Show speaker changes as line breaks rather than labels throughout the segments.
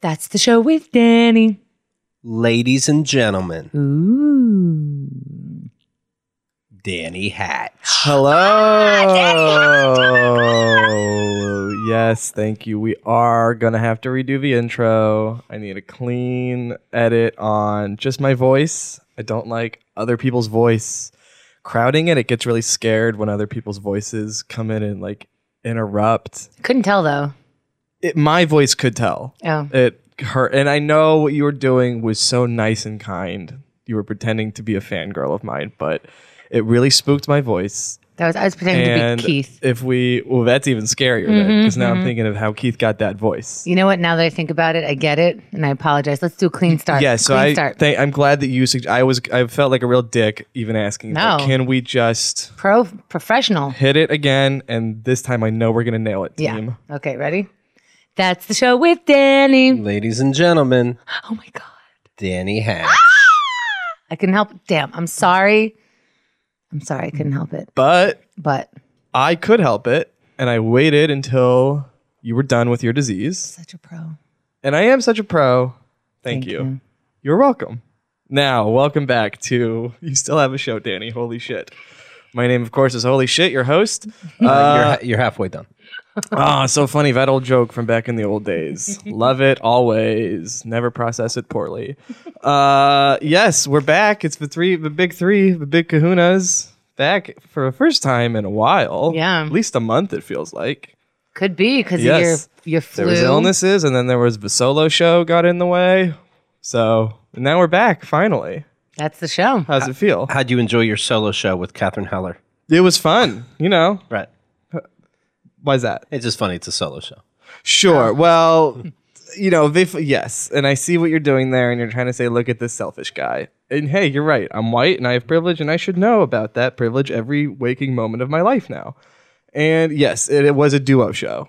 That's the show with Danny.
Ladies and gentlemen,
Ooh.
Danny Hatch.
Ah,
Hello. Oh, Yes, thank you. We are gonna have to redo the intro. I need a clean edit on just my voice. I don't like other people's voice crowding it. It gets really scared when other people's voices come in and like interrupt.
Couldn't tell though.
It, my voice could tell.
Oh.
It hurt, and I know what you were doing was so nice and kind. You were pretending to be a fangirl of mine, but it really spooked my voice
That was I was pretending
and
to be Keith. Mm-hmm,
If we, well, that's even scarier because now I'm thinking of how Keith got that voice.
You know what? Now that I think about it, I get it, and I apologize. Let's do a clean start.
Yeah, so
clean
I
start.
thank, I'm glad that you. Sug- I was I felt like a real dick even asking. like,
No.
can we just
Pro professional.
hit it again? And this time I know we're gonna nail it,
Yeah.
team.
Okay, ready? That's the show with Danny.
Ladies and gentlemen,
Oh my god.
Danny Hatch.
I couldn't help damn. I'm sorry. I'm sorry I couldn't help it.
But
But
I could help it, and I waited until you were done with your disease.
such a pro.
And I am such a pro. Thank,
Thank
you.
you.
You're welcome. Now, welcome back to you. Still have a show, Danny. Holy shit. My name, of course, is Holy Shit, your host.
Uh, you're,
Uh,
ha- you're halfway done.
Ah, so funny. That old joke from back in the old days. Love it always. Never process it poorly. Uh, yes, we're back. It's the three, the big three, the big kahunas back for the first time in a while.
Yeah.
At least a month, it feels like.
Could be because
Yes.
of your your flu.
There was illnesses, and then there was the solo show got in the way. So now we're back, finally.
That's the show.
How's it feel?
How'd you enjoy your solo show with Catherine Heller?
It was fun, you know.
Right.
Why's that?
It's just funny. It's a solo show.
Sure. Well, you know, they, yes, and I see what you're doing there, and you're trying to say, look at this selfish guy. And hey, you're right. I'm white, and I have privilege, and I should know about that privilege every waking moment of my life now. And yes, it, it was a duo show,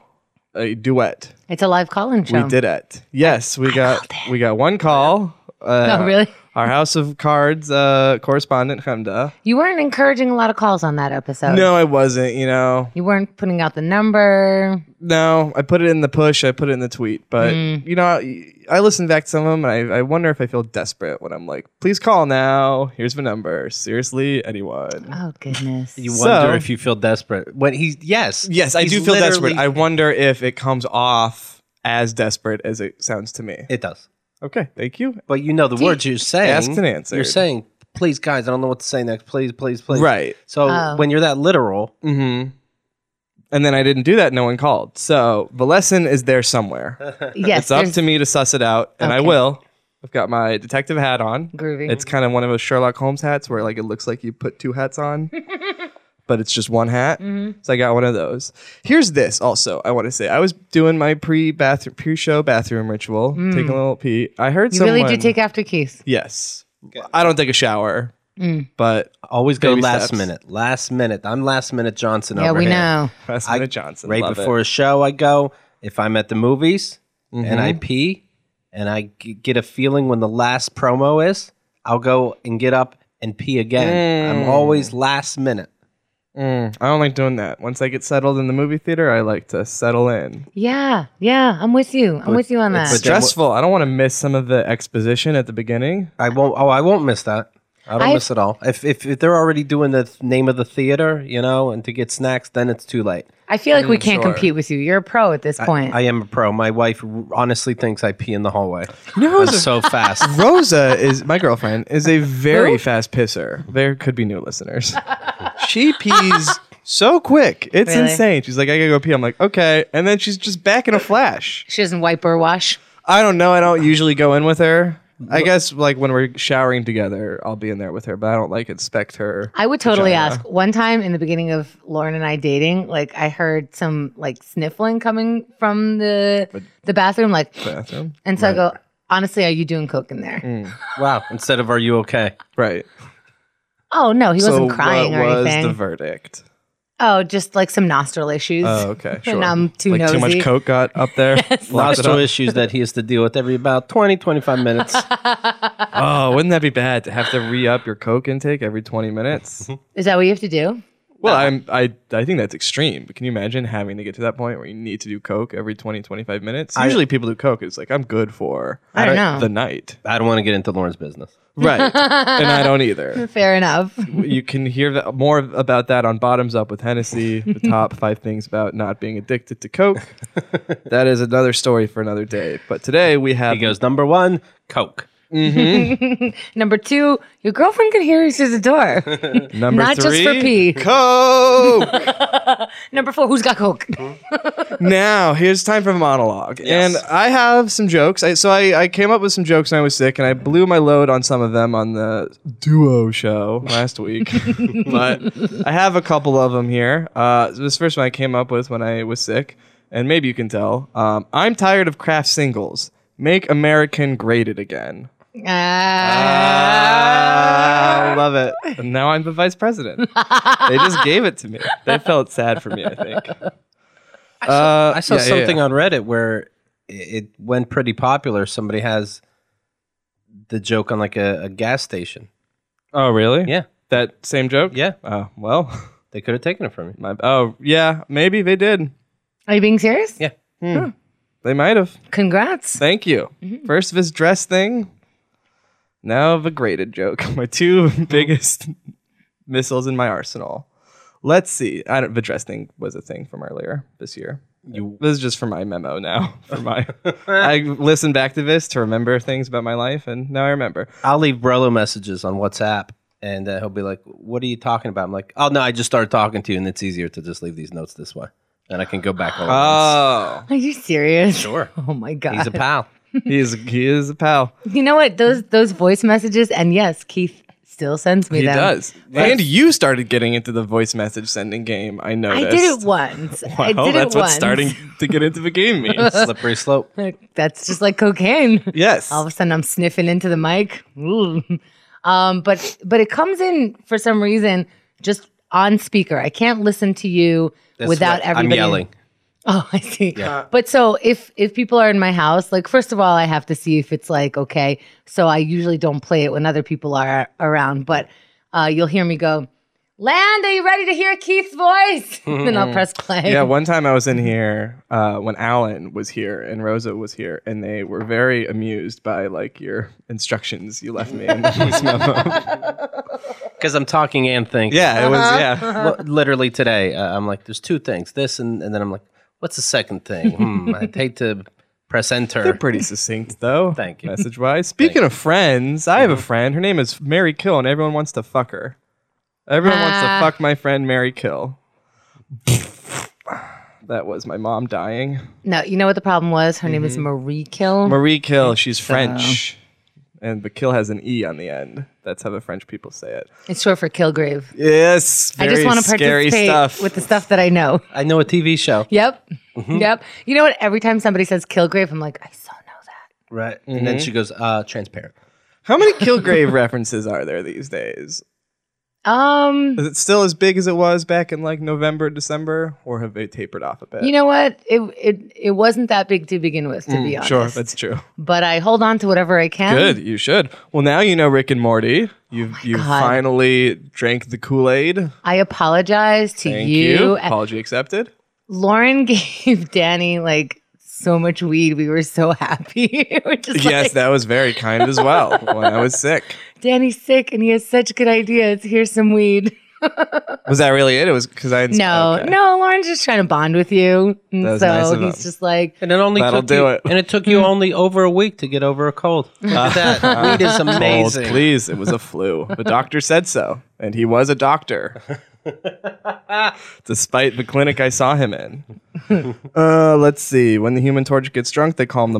a duet.
It's a live call-in show.
We did it. Yes, we got we got one call. Uh,
Oh, really?
Our House of Cards uh, correspondent Hamda.
You weren't encouraging a lot of calls on that episode.
No, I wasn't. You know,
You weren't putting out the number.
No, I put it in the push. I put it in the tweet. But
Mm.
you know, I, I listen back to some of them, and I, I wonder if I feel desperate when I'm like, "Please call now. Here's the number. Seriously, anyone."
Oh goodness.
You
So-
wonder if you feel desperate. When he's yes,
Yes, I
he's
do feel desperate. I
literally-
wonder if it comes off as desperate as it sounds to me.
it does,
Okay, thank you.
but you know the words you're saying.
Asked and answered.
You're saying, please, guys. I don't know what to say next. Please, please, please.
Right.
So
Oh.
when you're that literal,
Mm-hmm. And then I didn't do that. No one called. So the lesson is there somewhere.
yes,
it's up
there's-
to me to suss it out, and I
Okay.
will. I've got my detective hat on.
groovy.
It's kind of one of those Sherlock Holmes hats where like it looks like you put two hats on, but it's just one hat.
Mm-hmm.
So I got one of those. Here's this also. I want to say I was doing my pre bathroom pre show bathroom ritual, taking a little pee. I heard
Mm. you
someone.
really do take after Keith.
yes. I don't take a shower,
Mm.
but
always go
Baby
last
steps.
minute. Last minute. I'm last minute Johnson.
yeah,
over
we
here.
know.
President Johnson
right
love it.
before a show i go if i'm at the movies and
Mm-hmm.
i pee and I g- get a feeling when the last promo is i'll go and get up and pee again i'm always last minute
Mm, I don't like doing that. Once I get settled in the movie theater, I like to settle in.
Yeah, yeah. I'm with you. I'm with you on that.
it's just-
Stressful. I don't want to miss some of the exposition at the beginning.
i won't oh i won't miss that I don't
I've-
miss it all. If, if if they're already doing the th- name of the theater, you know, and to get snacks, then it's too late.
I feel like we can't
sure.
compete with you. You're a pro at this point.
I am a pro. My wife r- honestly thinks I pee in the hallway. No, I'm so fast.
Rosa is my girlfriend is a very fast pisser. There could be new listeners. She pees so quick. It's
Really?
insane. She's like, I gotta go pee. I'm like, okay. And then she's just back in a flash.
she doesn't wipe or wash.
I don't know. I don't usually go in with her. I guess like when we're showering together, I'll be in there with her, but I don't like inspect her.
I would totally
vagina.
ask. One time in the beginning of Lauren and I dating, like I heard some like sniffling coming from the the bathroom, like,
bathroom.
and so I go, honestly, are you doing coke in there?
Mm.
wow. Instead of are you okay?
Right.
Oh no, he
so
wasn't crying
what
or
was
anything.
the verdict?
oh, just like some nostril issues.
Oh, okay. Sure.
And I'm too
like
nosy.
too much coke got up there. Locked it
Logical
up.
issues that he has to deal with every about 20, 25 minutes.
Oh, wouldn't that be bad to have to re up your coke intake every 20 minutes?
Is that what you have to do?
Well, I'm I I think that's extreme. But can you imagine having to get to that point where you need to do coke every 20 25 minutes? Usually people do coke it's like I'm good for
I don't know.
the night.
I don't want to get into Lauren's business.
Right. and I don't either.
Fair enough.
You can hear that, more about that on Bottoms Up with Hennessy, the top 5 things about not being addicted to coke. that is another story for another day. But today we have
He goes number one, Coke.
Number two, your girlfriend can hear you through the door.
number
Not just for
three,
pee.
Coke.
Number four, who's got coke?
now here's time for a monologue
Yes.
and i have some jokes I, so I, I came up with some jokes when i was sick and i blew my load on some of them on the duo show last week but i have a couple of them here uh, this first one i came up with when i was sick and maybe you can tell um, i'm tired of craft singles make american graded again
Ah.
I love it. And now I'm the vice president. they just gave it to me. They felt sad for me, I think. Uh,
I saw
yeah, yeah,
something
yeah.
on Reddit where i- it went pretty popular. Somebody has the joke on like a, a gas station.
Oh, really?
Yeah,
That same joke?
yeah.
Oh, well.
They could have taken it from me.
My, oh, yeah. Maybe they did.
Are you being serious?
Yeah.
They might have.
Congrats.
Thank you.
Mm-hmm.
First, this dress thing. Now, the graded joke. My two biggest missiles in my arsenal. Let's see. I don't, the dress thing was a thing from earlier this year.
You
This is just for my memo now. For my, I listened back to this to remember things about my life, and now I remember.
I'll leave Brello messages on WhatsApp, and uh, he'll be like, "What are you talking about?" I'm like, "Oh no, I just started talking to you, and it's easier to just leave these notes this way, and I can go back all at
Oh,
Are you serious?
Sure.
Oh my god.
once." He's a pal.
he's he is a pal.
You know what? Those those voice messages, and yes, Keith still sends me
He
them.
does. And you started getting into the voice message sending game. I
I
noticed.
did it once. I
Wow,
did
that's
it
what
once.
starting to get into the game means.
Slippery slope.
That's just like cocaine.
yes.
All of a sudden, I'm sniffing into the mic. Ooh. Um, but but it comes in for some reason just on speaker. I can't listen to you
That's
without
what
everybody.
I'm yelling.
Oh, I see. But so if if people are in my house, like first of all, I have to see if it's like okay. So I usually don't play it when other people are around, but uh, you'll hear me go, "Land, are you ready to hear Keith's voice?" then I'll press play.
yeah, one time I was in here uh, when Alan was here and Rosa was here, and they were very amused by like your instructions you left me. In the voice memo.
because I'm talking and thinking.
yeah, it was. Yeah,
Well, literally today, uh, I'm like, there's two things, this and and then I'm like, what's the second thing? Hmm, I'd hate to press enter.
pretty succinct though.
Thank you.
Message wise. Speaking of friends, I have a friend. Her name is Mary Kill, and everyone wants to fuck her. Everyone wants to
Ah.
fuck my friend Mary Kill. that was my mom dying.
No, you know what the problem was? Her name is
Mm-hmm.
Marie Kill.
Marie Kill, she's French. And the kill has an E on the end. That's how the French people say it.
it's short for Kilgrave.
Yes.
I just want to
scary
participate
stuff. Mm-hmm.
with the stuff that I know.
I know a TV show,
Yep. Yep. You know what? Every time somebody says Kilgrave, I'm like, I so know that.
right? And
mm-hmm.
then she goes, uh, transparent.
how many Kilgrave references are there these days?
Um,
Is it still as big as it was back in like November, December, or have they tapered off a bit?
you know what? It it it wasn't that big to begin with, to be honest.
Mm, sure, that's true.
but I hold on to whatever I can.
Good, you should. Well, now you know Rick and Morty. You you
Oh God.
finally drank the Kool Aid.
I apologize to
Thank
you.
you.
And
Apology accepted.
Lauren gave Danny like so much weed. We were so happy. We we're just
Yes,
like,
that was very kind as well. when I was sick,
Danny's sick and he has such good ideas. Here's some weed.
was that really it? It was because I
No,
okay.
no, Lauren's just trying to bond with you. And
That was
so
nice of
he's
him.
just like,
And it only
That'll
took
do
you,
it. Mm.
And it took you only over a week to get over a cold. Look at that. Weed is
Cold,
amazing.
please. It was a flu. The doctor said so, and he was a doctor, despite the clinic I saw him in. Uh, let's see. When the human torch gets drunk, they call him the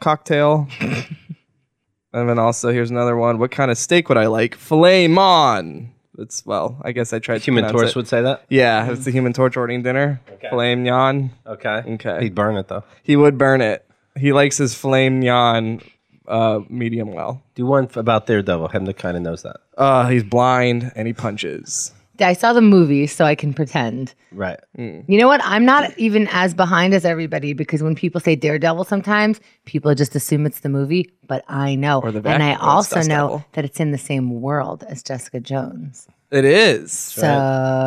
cocktail. and then also, here's another one. What kind of steak would I like? Filet mignon. It's well, I guess I tried. to
Human
pronounce
Torch
it.
would say that.
Yeah, it's the human torch ordering dinner. Filet mignon.
Okay.
Okay.
He'd burn it though.
He would burn it. He likes his filet mignon uh, medium well.
Do one f- about Daredevil. Him that kind of knows that.
Uh, he's blind and he punches.
I saw the movie so I can pretend.
Right.
You know what? I'm not even as behind as everybody because when people say Daredevil, sometimes people just assume it's the movie, but I know.
the
and I
vacuum, or it's
also
Dust
know
Devil.
that it's in the same world as Jessica Jones.
It is.
So
The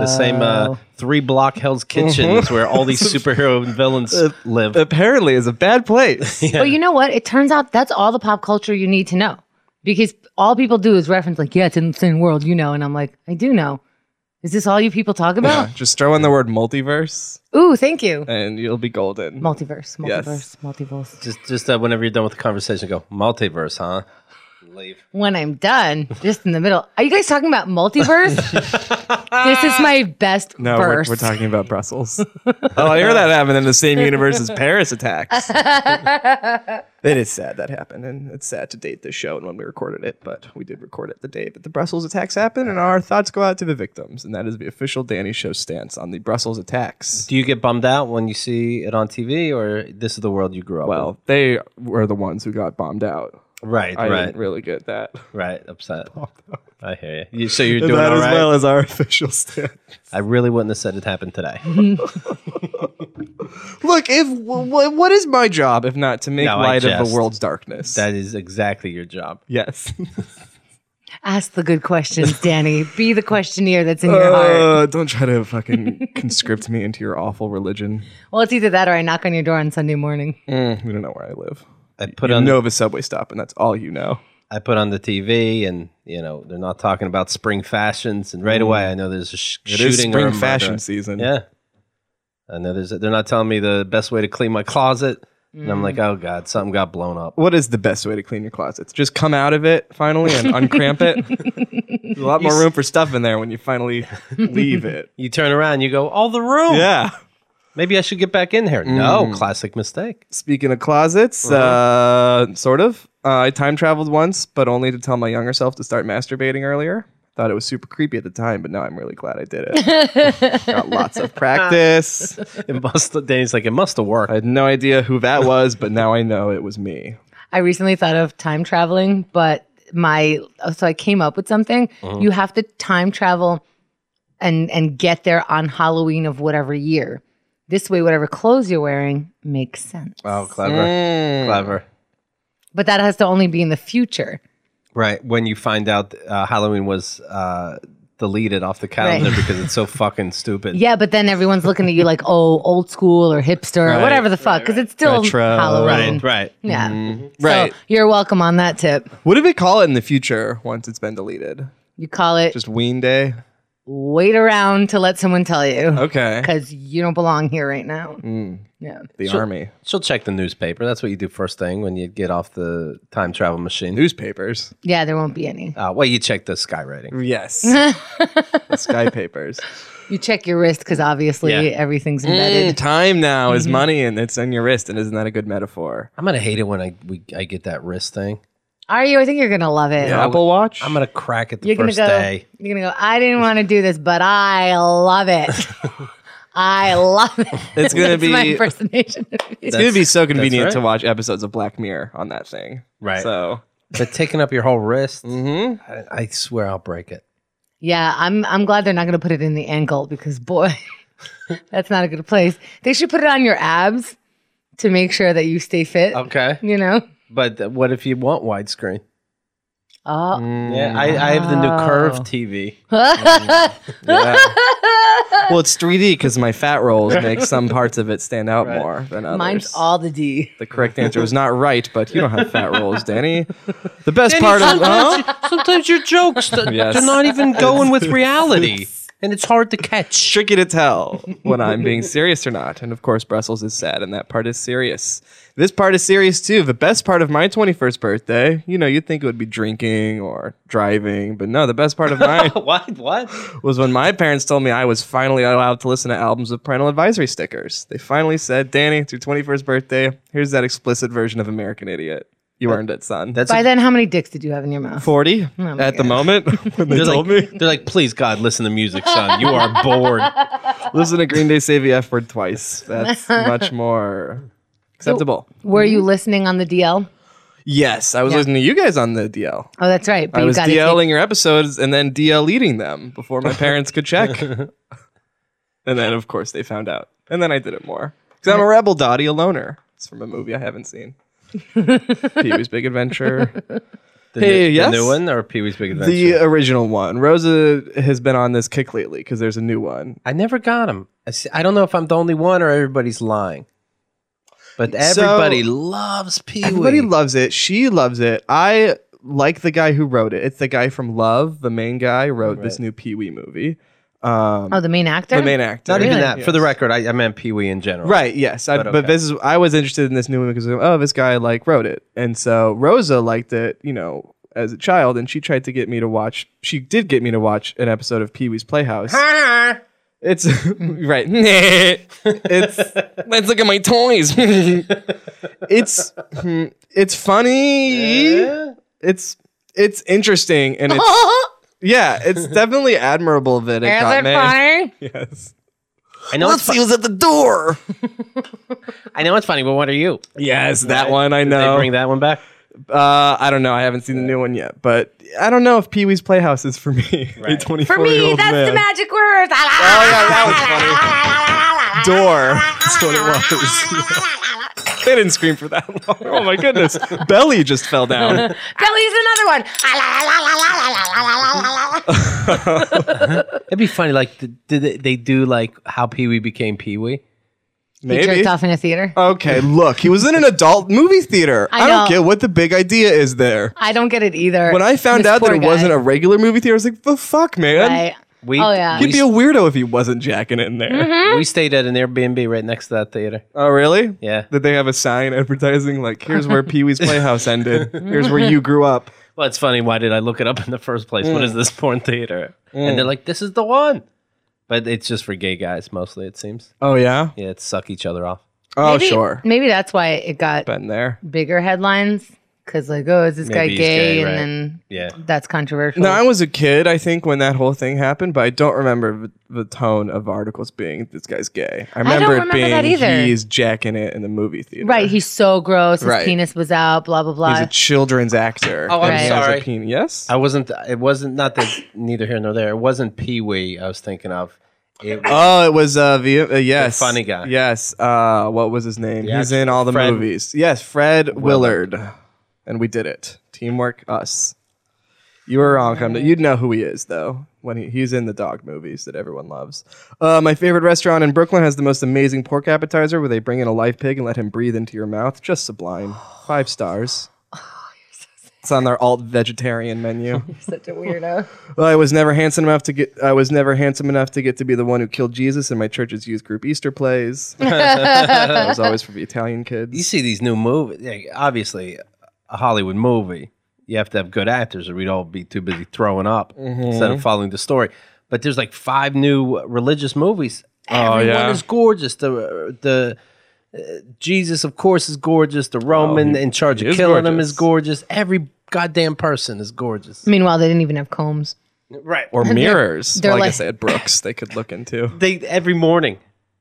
Mm.
same uh,
Oh.
three block Hell's
Mm-hmm.
Kitchen is where all these superhero and villains live.
Apparently, is a bad place.
But you know what? It turns out that's all the pop culture you need to know. Because all people do is reference like, yeah, it's in the same world, you know. And I'm like, I do know. Is this all you people talk about?
Just throw in the word multiverse,
Ooh, thank you.
and you'll be golden.
Multiverse, multiverse,
Yes.
multiverse.
just just uh, whenever you're done with the conversation, go multiverse, huh? Leave.
When I'm done, just in the middle. Are you guys talking about multiverse? this is my best
no, we're,
verse.
we're talking about Brussels. oh, I hear that happened in the same universe as Paris attacks. it is sad that happened, and it's sad to date this show and when we recorded it, but we did record it the day that the Brussels attacks happened, and our thoughts go out to the victims, and that is the official Danny Show stance on the Brussels attacks.
Do you get bummed out when you see it on TV, or this is the world you grew up?
Well, they were the ones who got bombed out.
in? right,
I
right,
didn't really get that.
right. Upset. I hear you. you. So you're doing
that
all
as
right.
well as our official stance.
I really wouldn't have said it happened today.
Look, if w- what is my job if not to make
No, I
light of the
jest.
world's darkness?
that is exactly your job.
yes.
Ask the good questions, Danny. Be the questionnaire that's in your heart.
Uh, don't try to fucking conscript me into your awful religion.
Well, it's either that or I knock on your door on Sunday morning.
We don't know where I live.
I put
you
on
know of a subway stop, and that's all you know.
I put on the TV, and you know they're not talking about spring fashions, and right away I know there's a sh-
It
shooting
is
or a
spring
murder.
fashion season.
Yeah, I know there's. They're not telling me the best way to clean my closet, and I'm like, oh god, something got blown up.
What is the best way to clean your closets? Just come out of it finally and uncramp it. There's a lot more room for stuff in there when you finally leave it.
You turn around, you go, all the room.
Yeah. Mm.
Maybe I should get back in here. No, classic mistake.
Speaking of closets, uh, sort of. Uh, I time traveled once, but only to tell my younger self to start masturbating earlier. Thought it was super creepy at the time, but now I'm really glad I did it. Got lots of practice.
It must. Danny's like, it must have
I
worked.
had no idea who that was, but now I know it was me.
I recently thought of time traveling, but my so I came up with something.
Uh-huh.
You have to time travel and and get there on Halloween of whatever year. This way, whatever clothes you're wearing makes sense.
Oh, clever,
Mm.
clever.
But that has to only be in the future.
Right when you find out uh, Halloween was uh, deleted off the calendar because it's so fucking stupid.
Yeah, but then everyone's looking at you like, oh, old school or hipster or
Right,
whatever the fuck, because it's still
Retro. Mm-hmm.
Halloween.
Right, right.
Yeah.
Right.
So you're welcome on that tip.
What do we call it in the future once it's been deleted?
You call it
Just Ween Day?
wait around to let someone tell you
Okay. Mm.
because you don't belong here right now. Yeah.
The army.
She'll check the newspaper. That's what you do first thing when you get off the time travel machine.
Newspapers.
Yeah, there won't be any.
Uh, well, you check the sky rating.
Yes. the sky papers.
You check your wrist because obviously
Yeah.
everything's
Mm,
embedded.
time now is money and it's on your wrist, and isn't that a good metaphor?
I'm gonna hate it when I we, I get that wrist thing.
Are you? I think you're gonna love it.
Apple Watch?
I'm gonna crack it the
You're gonna
1st
go.
day.
You're gonna go. I didn't want to do this, but I love it. I love it.
It's gonna
That's my
be-
impersonation.
It's gonna be so
convenient
convenient
to
to watch episodes of Black Mirror on that thing.
Right.
So
But taking up your whole wrist,
Mm-hmm.
I, I swear I'll break it.
yeah, I'm. I'm glad they're not gonna put it in the ankle because boy, that's not a good place. They should put it on your abs to make sure that you stay fit.
Okay.
You know.
But what if you want widescreen?
Oh,
Mm.
Yeah, I, I have the new curve TV.
well, it's 3D because my fat rolls make some parts of it stand out more than others.
mine's all the D.
the correct answer was not right, but you don't have fat rolls, Danny. The best part of huh?
Sometimes your jokes th-
Yes.
they're not even going with reality, and it's hard to catch.
tricky to tell when I'm being serious or not. And of course, Brussels is sad, and that part is serious. This part is serious too. The best part of my 21st birthday, you know, you'd think it would be drinking or driving, but no, the best part of mine
What? What?
was when my parents told me I was finally allowed to listen to albums with parental advisory stickers. They finally said, Danny, it's your 21st birthday. Here's that explicit version of American Idiot. You earned it, son.
That's
By then, how many dicks did you have in your mouth?
40 at
my
the moment when they
they're
told
like,
me.
they're like, please God, listen to music, son. You are bored.
Listen to Green Day say the F word twice. That's much more acceptable.
Were you listening on the DL?
Yes, I was listening to you guys on the DL.
Oh, that's right. But
I
you
was
got it.
DLing your episodes and then DL eating them before my parents could check. and then, of course, they found out. And then I did it more. Because I'm a rebel, Dottie, a loner. It's from a movie I haven't seen Pee Wee's Big Adventure.
The,
Hey,
new, the
yes?
new one or Pee Wee's Big Adventure?
The original one. Rosa has been on this kick lately because there's a new one.
I never got him. I, see, I don't know if I'm the only one or everybody's lying. But everybody loves Pee Wee.
Everybody loves it. She loves it. I like the guy who wrote it. It's the guy from Love. The main guy wrote this new Pee Wee movie. Um,
Oh, the main actor.
the main actor.
Not even
Really?
that. For the record, I, I meant Pee Wee in general.
Right. Yes. I,
Oh. But
but,
okay.
this is I was interested in this new one because oh this guy like wrote it and so Rosa liked it you know as a child and she tried to get me to watch she did get me to watch an episode of Pee Wee's Playhouse. It's right. it's let's look at my toys. it's hmm, it's funny. It's it's interesting and it's yeah it's definitely admirable that it got made. Yes.
I know, it's fu-
at the door.
I know it's funny, but what are you?
Yes, that one I
Did
know.
They bring that one back?
Uh, I don't know. I haven't seen the new one yet, but I don't know if Pee Wee's Playhouse is for me. A
Right.
24
For me, that's the magic Ah, word.
Oh yeah, that was funny. Door. That's what it was. they didn't scream for that long. Oh my goodness, belly just fell down.
Belly's another one.
It'd be funny. Like, th- did they, they do like how Pee Wee became Pee Wee?
He
Maybe.
jerked off in a theater.
Okay, look, he was in an adult movie theater.
I
I, don't
know.
get what the big idea is there.
I don't get it either.
When I found
This
out that
poor
it
guy.
wasn't a regular movie theater, I was like, the fuck, man.
Right.
We,
Oh, yeah.
we,
He'd be a weirdo if he wasn't jacking it in there.
Mm-hmm.
we stayed at an Airbnb right next to that theater.
Oh, really?
Yeah.
Did they have a sign advertising like, "Here's where Pee Wee's Playhouse ended. Here's where you grew up."
Well, it's funny. Why did I look it up in the first place? What is this porn theater? And they're like, this is the one. But it's just for gay guys mostly, it seems.
Oh yeah.
Yeah, it's suck each other off.
Oh
maybe,
sure.
Maybe that's why it got
Been there.
bigger headlines. Cause like, oh, is this guy
Maybe
gay?
he's gay,
and
right.
then
Yeah.
that's controversial.
No, I was a kid. I think when that whole thing happened, but I don't remember the, the tone of articles being this guy's gay. I remember it
remember
being
that either.
he's jacking it in the movie theater.
right, he's so gross. His
Right.
penis was out. Blah blah blah.
He's a children's actor.
Oh, I'm
and he has a
sorry.
pen- yes.
I wasn't, it wasn't, not that neither here nor there. It wasn't Pee Wee I was thinking of. It was
Oh, it was uh, v- uh yes,
funny guy.
Yes, uh, what was his name?
The
He's
actual
in all the
Fred-
movies. Yes, Fred Willard. and we did it. Teamwork, us. You were wrong. Come to, you'd know who he is though when he, he's in the dog movies that everyone loves. Uh, my favorite restaurant in Brooklyn has the most amazing pork appetizer where they bring in a live pig and let him breathe into your mouth. Just sublime. Five stars. It's on their alt vegetarian menu.
Such a weirdo.
Well, I was never handsome enough to get. I was never handsome enough to get to be the one who killed Jesus in my church's youth group Easter plays. that was always for the Italian
you
kids.
see these new movies. Like, obviously, a Hollywood movie, you have to have good actors, or we'd all be too busy throwing up instead of following the story. But there's like five new uh, religious movies. Everyone
yeah.
is gorgeous. The the uh, Jesus, of course, is gorgeous. The Roman in charge
he
of
is
killing him is gorgeous.
gorgeous.
Every goddamn person is gorgeous.
Meanwhile, they didn't even have combs.
Right. Or
Or mirrors.
they're
well, I
like-
guess they had Brooks they could look into.
they every morning.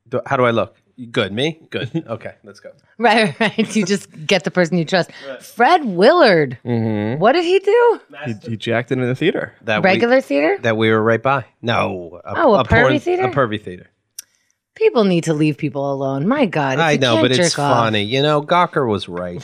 do- How do I look? Good. Me? Good. Okay. Let's go.
Right, right. You just get the person you trust. Fred Willard.
Mm-hmm.
What did he do?
He, he jacked it in the theater.
That we-
Regular theater?
that we were right by. No. A,
Oh, a pervy
porn-
theater?
A pervy theater.
People need to leave people alone. My God. if
I
you
know,
can't
but it's
jerk off-
funny. You know, Gawker was right.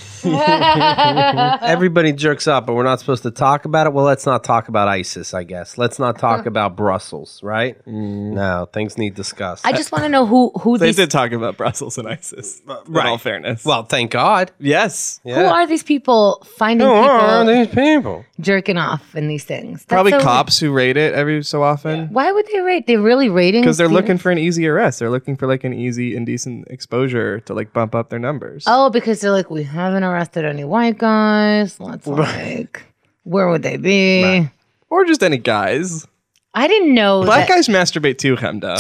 Everybody jerks up, but we're not supposed to talk about it. Well, let's not talk about ISIS, I guess. Let's not talk about Brussels, right? No, things need discussed.
Mm. I just want to know who who
They
these
did talk about Brussels and ISIS. In all
Uh, right.
fairness.
well, thank God.
yes.
Yeah.
who are these people finding
Who
people
are these people?
jerking off in these things. That's
Probably
so-
cops who rate it every so often.
Why would they rate? They're really rating
Because they're
theater-
looking for an easy arrest. They're looking for like an easy indecent exposure to like bump up their numbers.
Oh, because they're like, we haven't arrested any white guys. Let's like, where would they be?
Or just any guys.
I didn't know.
Black
That,
guys masturbate too, Hemda.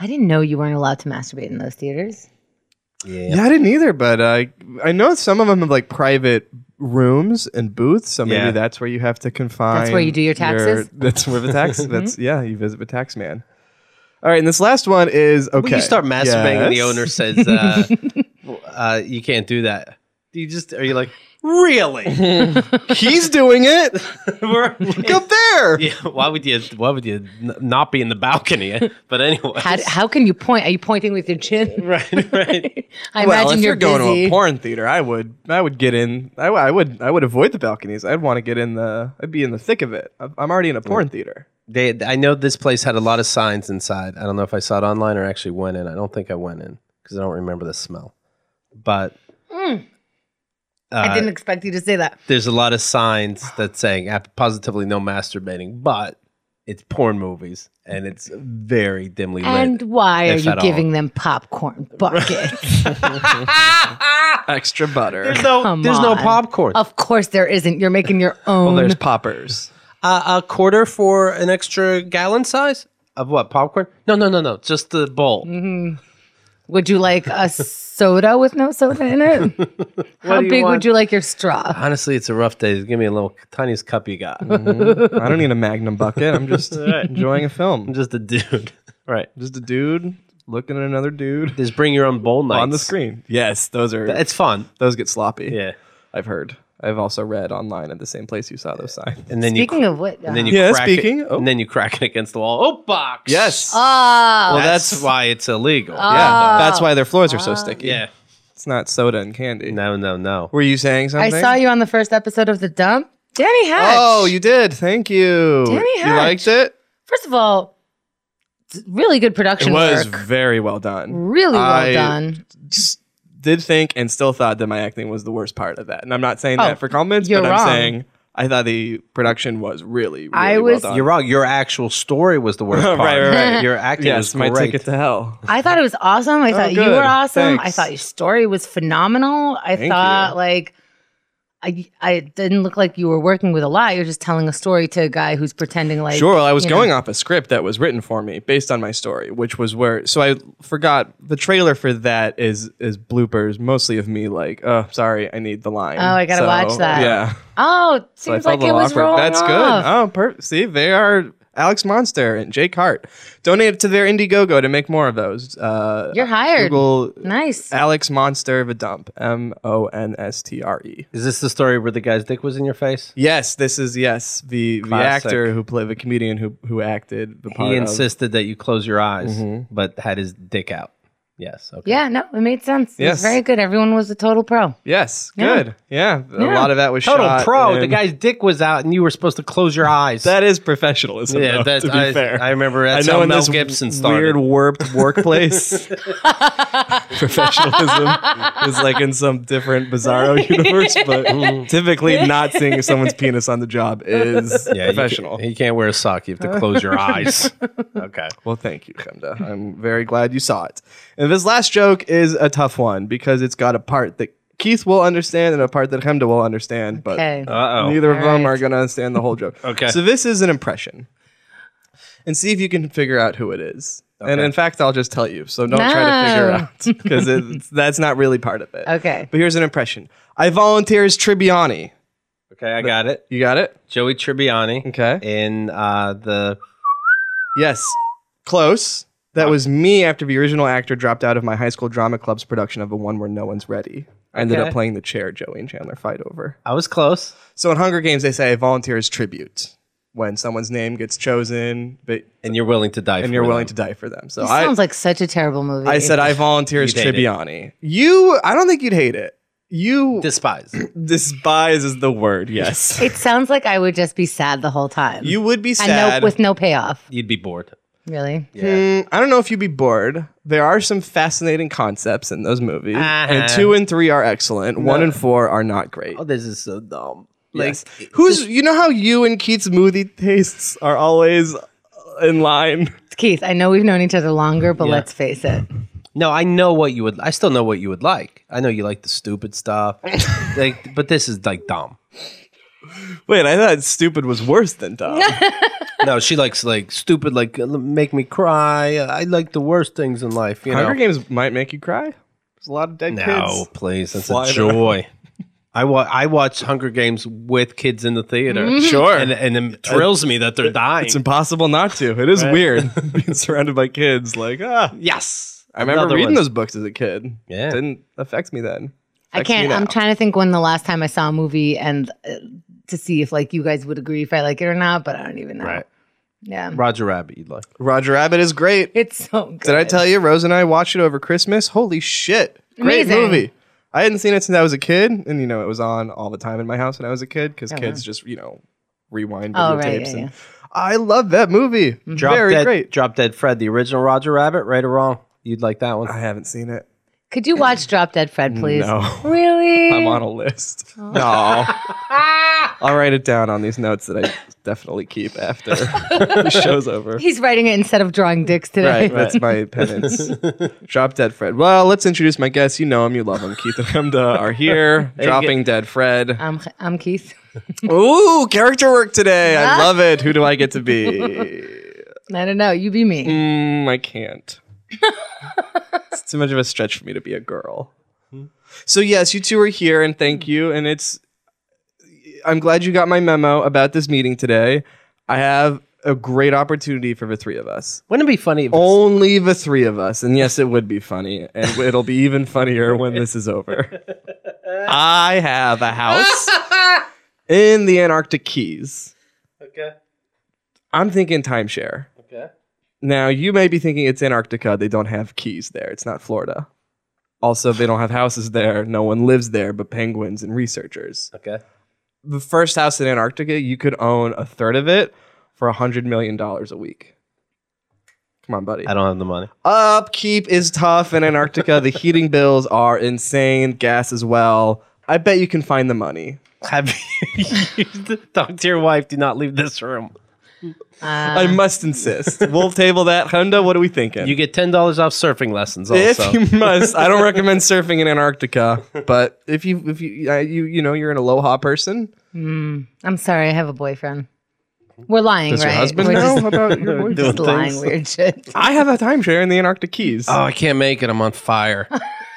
I didn't know you weren't allowed to masturbate in those theaters.
Yeah.
Yeah, I didn't either, but uh, I know some of them have like private rooms and booths, so maybe
Yeah.
that's where you have to confine.
That's where you do your taxes? Mm-hmm.
that's where the tax. that's yeah, you visit the tax man. All right, and this last one is okay.
When you start masturbating, and the
Yes.
owner says, uh, uh, you can't do that. Do you just are you like really?
He's doing it.
We're-
Look up there.
yeah, why would you? Why would you n- not be in the balcony? But anyway,
How, how can you point? Are you pointing with your chin?
right, right.
I
well,
imagine
if
you're,
you're, going
busy.
to a porn theater, I would, I would get in. I, w- I would, I would avoid the balconies. I'd want to get in the. I'd be in the thick of it. I'm I'm already in a porn theater.
They, I know this place had a lot of signs inside. I don't know if I saw it online or actually went in. I don't think I went in because I don't remember the smell. But uh,
I didn't expect you to say that.
there's a lot of signs that saying ap- positively no masturbating, but it's porn movies and it's very dimly lit.
And why are
if
you
at all.
giving them popcorn buckets?
Extra butter.
no,
Come
there's no
on.
popcorn. A,
of course there isn't. You're making your own.
There's poppers.
a quarter for an extra gallon size of what popcorn? No, no, no, no, just the bowl.
Mm-hmm. would you like a soda with no soda in it? How
you
big
want?
would you like your straw?
Honestly, it's a rough day. Give me a little tiniest cup you got. I'm
I don't need a magnum bucket. I'm just enjoying a film.
just a dude. right.
Just a dude looking at another dude
Just bring your own bowl nights
on the screen. Yes, those are.
It's fun.
those get sloppy.
Yeah.
I've heard. I've also read online at the same place you saw those signs.
And then
Speaking
you.
of what,
and then you
Yeah,
crack
speaking-
It,
oh.
And then you crack it against the wall. Oh, box.
Yes.
oh,
Well,
that's,
that's-
why it's illegal.
Ah.
yeah, that's why their floors are so sticky.
Yeah.
It's not soda and candy.
No, no, no.
Were you saying
I
something?
saw you on the first episode of the dump, Danny Hatch.
Oh, you did. Thank you.
Danny
you
Hatch.
liked it?
First of all, it's really good production work.
very well done.
Really well
I-
done.
S- Did think and still thought that my acting was the worst part of that. And I'm not saying
Oh,
that for comments,
you're
but
wrong.
I'm saying I thought the production was really, really
I
well
was-
done.
You're wrong. Your actual story was the worst part.
Right, right, right.
Your acting
yes,
was
my
great.
ticket to hell.
I thought it was awesome. I thought you
Oh, good.
were awesome. I
Thanks.
thought your story was phenomenal. I
Thank
thought
you.
like I I didn't look like you were working with a lot. You're just telling a story to a guy who's pretending like
Sure, well, I was
you know.
going off a script that was written for me based on my story, which was where. So I forgot the trailer for that is is bloopers, mostly of me like, oh, sorry, I need the line. Oh,
I gotta watch that.
Yeah,
Oh, it
So I
seems
felt
like it
a little
was
awkward.
rolling
That's
off.
good. Oh, per- see, they are Alex Monster and Jake Hart. Donate to their Indiegogo to make more of those. Uh,
You're hired.
Google
Nice.
Alex Monster of a dump. M O N S T R E.
Is this the story where the guy's dick was in your face?
Yes, this is yes the
Classic.
the actor who played the comedian who who acted the part.
He
of-
insisted that you close your eyes, but had his dick out. Yes. Okay.
Yeah, no, it made sense. It was
Yes.
very good. Everyone was a total pro.
yes,
Yeah.
good. Yeah, a
Yeah.
lot of that was
Total
shot
pro. The
in-
guy's dick was out, and you were supposed to close your eyes.
That is professionalism. Yeah, that's to be
I,
fair.
I remember
I
that's
know
how
in
Mel
this
Gibson started.
weird warped workplace, professionalism is like in some different bizarro universe. But typically, not seeing someone's penis on the job is
Yeah, you can't-
professional.
You, can't wear a sock. You have to close your eyes. Okay.
Well, thank you, Chemda. I'm very glad you saw it. And this last joke is a tough one because it's got a part that Keith will understand and a part that Chemda will understand, but
Okay.
Uh oh.
neither of them
All
are going to understand the whole joke.
Okay.
So this is an impression, and see if you can figure out who it is. And
Okay.
in fact, I'll just tell you. So don't try to figure out because that's not really part of it.
Okay.
But here's an impression. I volunteer as Tribbiani.
Okay, I got it.
You got it?
Joey Tribbiani.
Okay.
In uh, the
Yes. Close. That was me after the original actor dropped out of my high school drama club's production of a one where no one's ready. I ended
Okay.
up playing the chair Joey and Chandler fight over.
I was close.
So in Hunger Games, they say I volunteer as tribute when someone's name gets chosen, but
And you're willing to die.
and you're willing to die for them. So
This
I,
sounds like such a terrible movie.
I said I volunteer as
You'd hate it.
Tribbiani. You, I don't think you'd hate it. You
despise.
despise is the word. Yes,
it sounds like I would just be sad the whole time.
you would be
and no,
sad.
with no payoff.
You'd be bored.
Really?
Mm, I don't know if you'd be bored. There are some fascinating concepts in those movies, and
Uh-huh.
two and three are excellent. One and four are not great.
Oh, this is so dumb. Like,
Yes. who's you know how you and Keith's smoothie tastes are always in line.
Keith, I know we've known each other longer, but let's face it.
no, I know what you would. I still know what you would like. I know you like the stupid stuff. like, but this is like dumb.
Wait, I thought stupid was worse than dumb.
No, she likes like stupid, like uh, make me cry. I like the worst things in life. You
Hunger
know.
Games might make you cry. There's a lot of dead
No,
kids.
please, that's
fly
a
around.
joy. I wa- I watch Hunger Games with kids in the theater.
Sure.
and and it thrills me that they're dying.
It's impossible not to. It is weird being surrounded by kids. Like, ah.
yes,
I remember
Another
reading
one.
those books as a kid.
Yeah.
Didn't affect me then.
I
Text me
can't. I'm
now.
trying to think when the last time I saw a movie and uh, to see if like you guys would agree if I like it or not, but I don't even know.
Right.
Yeah.
Roger Rabbit, you'd like.
Roger Rabbit is great.
It's so good.
Did I tell you Rose and I watched it over Christmas? Holy shit. Great
Amazing.
movie. I hadn't seen it since I was a kid, and you know, it was on all the time in my house when I was a kid because kids just, you know, rewind
Oh,
videotapes.
right, yeah, Mm-hmm.
and
yeah.
I love that movie.
Drop
Very
Dead,
great.
Drop Dead Fred, the original Roger Rabbit, right or wrong? You'd like that one?
I haven't seen it.
Could you watch Drop Dead Fred, please?
No.
Really?
I'm on a list. No. I'll write it down on these notes that I definitely keep after the show's over.
He's writing it instead of drawing dicks today.
Right, that's my penance. Drop Dead Fred. Well, let's introduce my guests. You know him, you love him. Keith and Hemda are here. dropping Dead Fred.
I'm I'm Keith.
Ooh, character work today. I love it. Who do I get to be?
I don't know. You be me.
Mm, I can't. it's too much of a stretch for me to be a girl. So yes, you two are here, and thank you. And it's. I'm glad you got my memo about this meeting today. I have a great opportunity for the three of us.
Wouldn't it be funny if it's-
Only the three of us. And yes, it would be funny. And it'll be even funnier when this is over. I have a house in the Antarctic Keys.
Okay.
I'm thinking timeshare.
Okay.
Now, you may be thinking it's Antarctica. They don't have keys there. It's not Florida. Also, they don't have houses there. No one lives there but penguins and researchers.
Okay.
The first house in Antarctica, you could own a third of it for $100 million a week. Come on, buddy.
I don't have the money.
Upkeep is tough in Antarctica. the heating bills are insane, gas as well. I bet you can find the money.
Have you talk to your wife? Do not leave this room.
Uh,
I must insist. We'll table that. Honda, what are we thinking?
You get ten dollars off surfing lessons. Also,
if you must, I don't recommend surfing in Antarctica, but if you if you uh, you you know you're an aloha person,
I'm sorry. I have a boyfriend. We're lying,
does
right?
your husband
We're
know
just,
about your boyfriend?
just lying weird shit.
I have a timeshare in the Antarctic Keys.
oh, I can't make it. I'm on fire.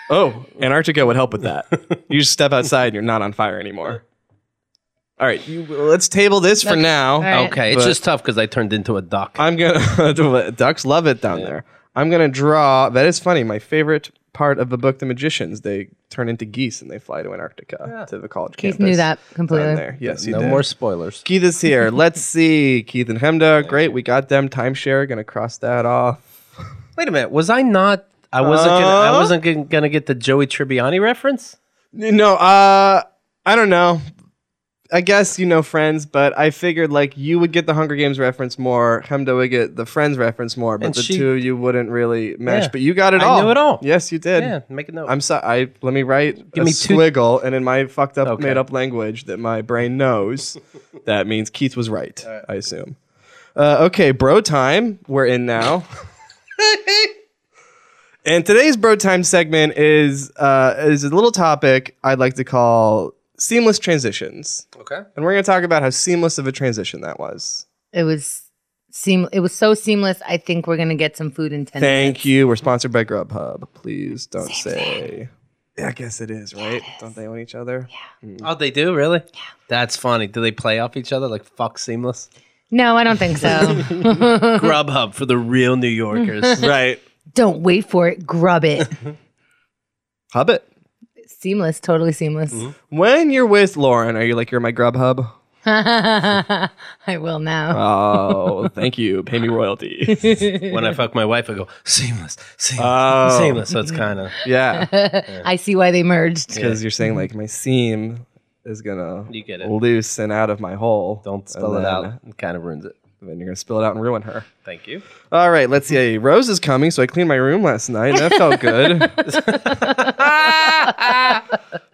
Oh, Antarctica would help with that. you just step outside, and you're not on fire anymore. All right, you, let's table this for now.
All right.
okay, it's just tough because I turned into a duck.
I'm gonna ducks love it down there. I'm gonna draw. That is funny. My favorite part of the book, The Magicians, they turn into geese and they fly to Antarctica to the college
Keith
campus.
knew that
down
completely.
there. Yes, you
no
did.
more spoilers.
Keith is here. Let's see. Keith and Hemda. Great, we got them. Timeshare. Gonna cross that off.
Wait a minute. Was I not? I wasn't. gonna, I
Uh?
wasn't gonna, gonna get the Joey Tribbiani reference.
No, uh, I don't know. I guess you know Friends, but I figured like you would get the Hunger Games reference more. Hemda would get the Friends reference more, but
And
the
she-
two of you wouldn't really mesh.
Yeah.
But you got it
I
all.
knew it all.
Yes, you did.
Yeah, make a note.
I'm sorry. I let me write
Give
a
me two-
squiggle, and in my fucked up,
Okay.
made up language that my brain knows, that means Keith was right. I assume. Uh, okay, bro time. We're in now. and today's bro time segment is uh, is a little topic I'd like to call seamless transitions,
okay.
and we're going to talk about how seamless of a transition that was.
It was seam. It was so seamless. I think we're gonna get some food in ten.
Thank you. We're sponsored by Grubhub. Please don't say. Yeah, I guess it is, right? Don't they own each other?
Oh, they do really. Yeah. That's funny. Do they play off each other like fuck seamless?
No, I don't think so.
Grubhub for the real New Yorkers.
Right.
don't wait for it. Grub it.
Hubbit.
seamless. Totally seamless.
When you're with Lauren, are you like you're my Grubhub?
I will now.
Oh, thank you. Pay me royalty.
when I fuck my wife, I go seamless, seamless,
Oh.
seamless. So it's kind of
yeah,
I see why they merged.
because you're saying like my seam is gonna
You get it.
loosen out of my hole.
don't
And
spell it
then-
out. It kind of ruins it.
Then you're gonna spill it out and ruin her.
Thank you.
All right, let's see. Rose is coming, so I cleaned my room last night. That felt good.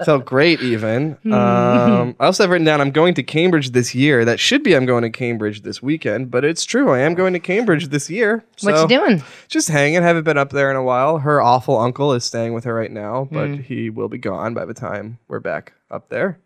felt great, even.
Hmm.
Um, I also have written down I'm going to Cambridge this year. That should be I'm going to Cambridge this weekend, but it's true. I am going to Cambridge this year.
What
so-
you doing?
Just hanging. Haven't been up there in a while. Her awful uncle is staying with her right now, but
Mm.
he will be gone by the time we're back up there.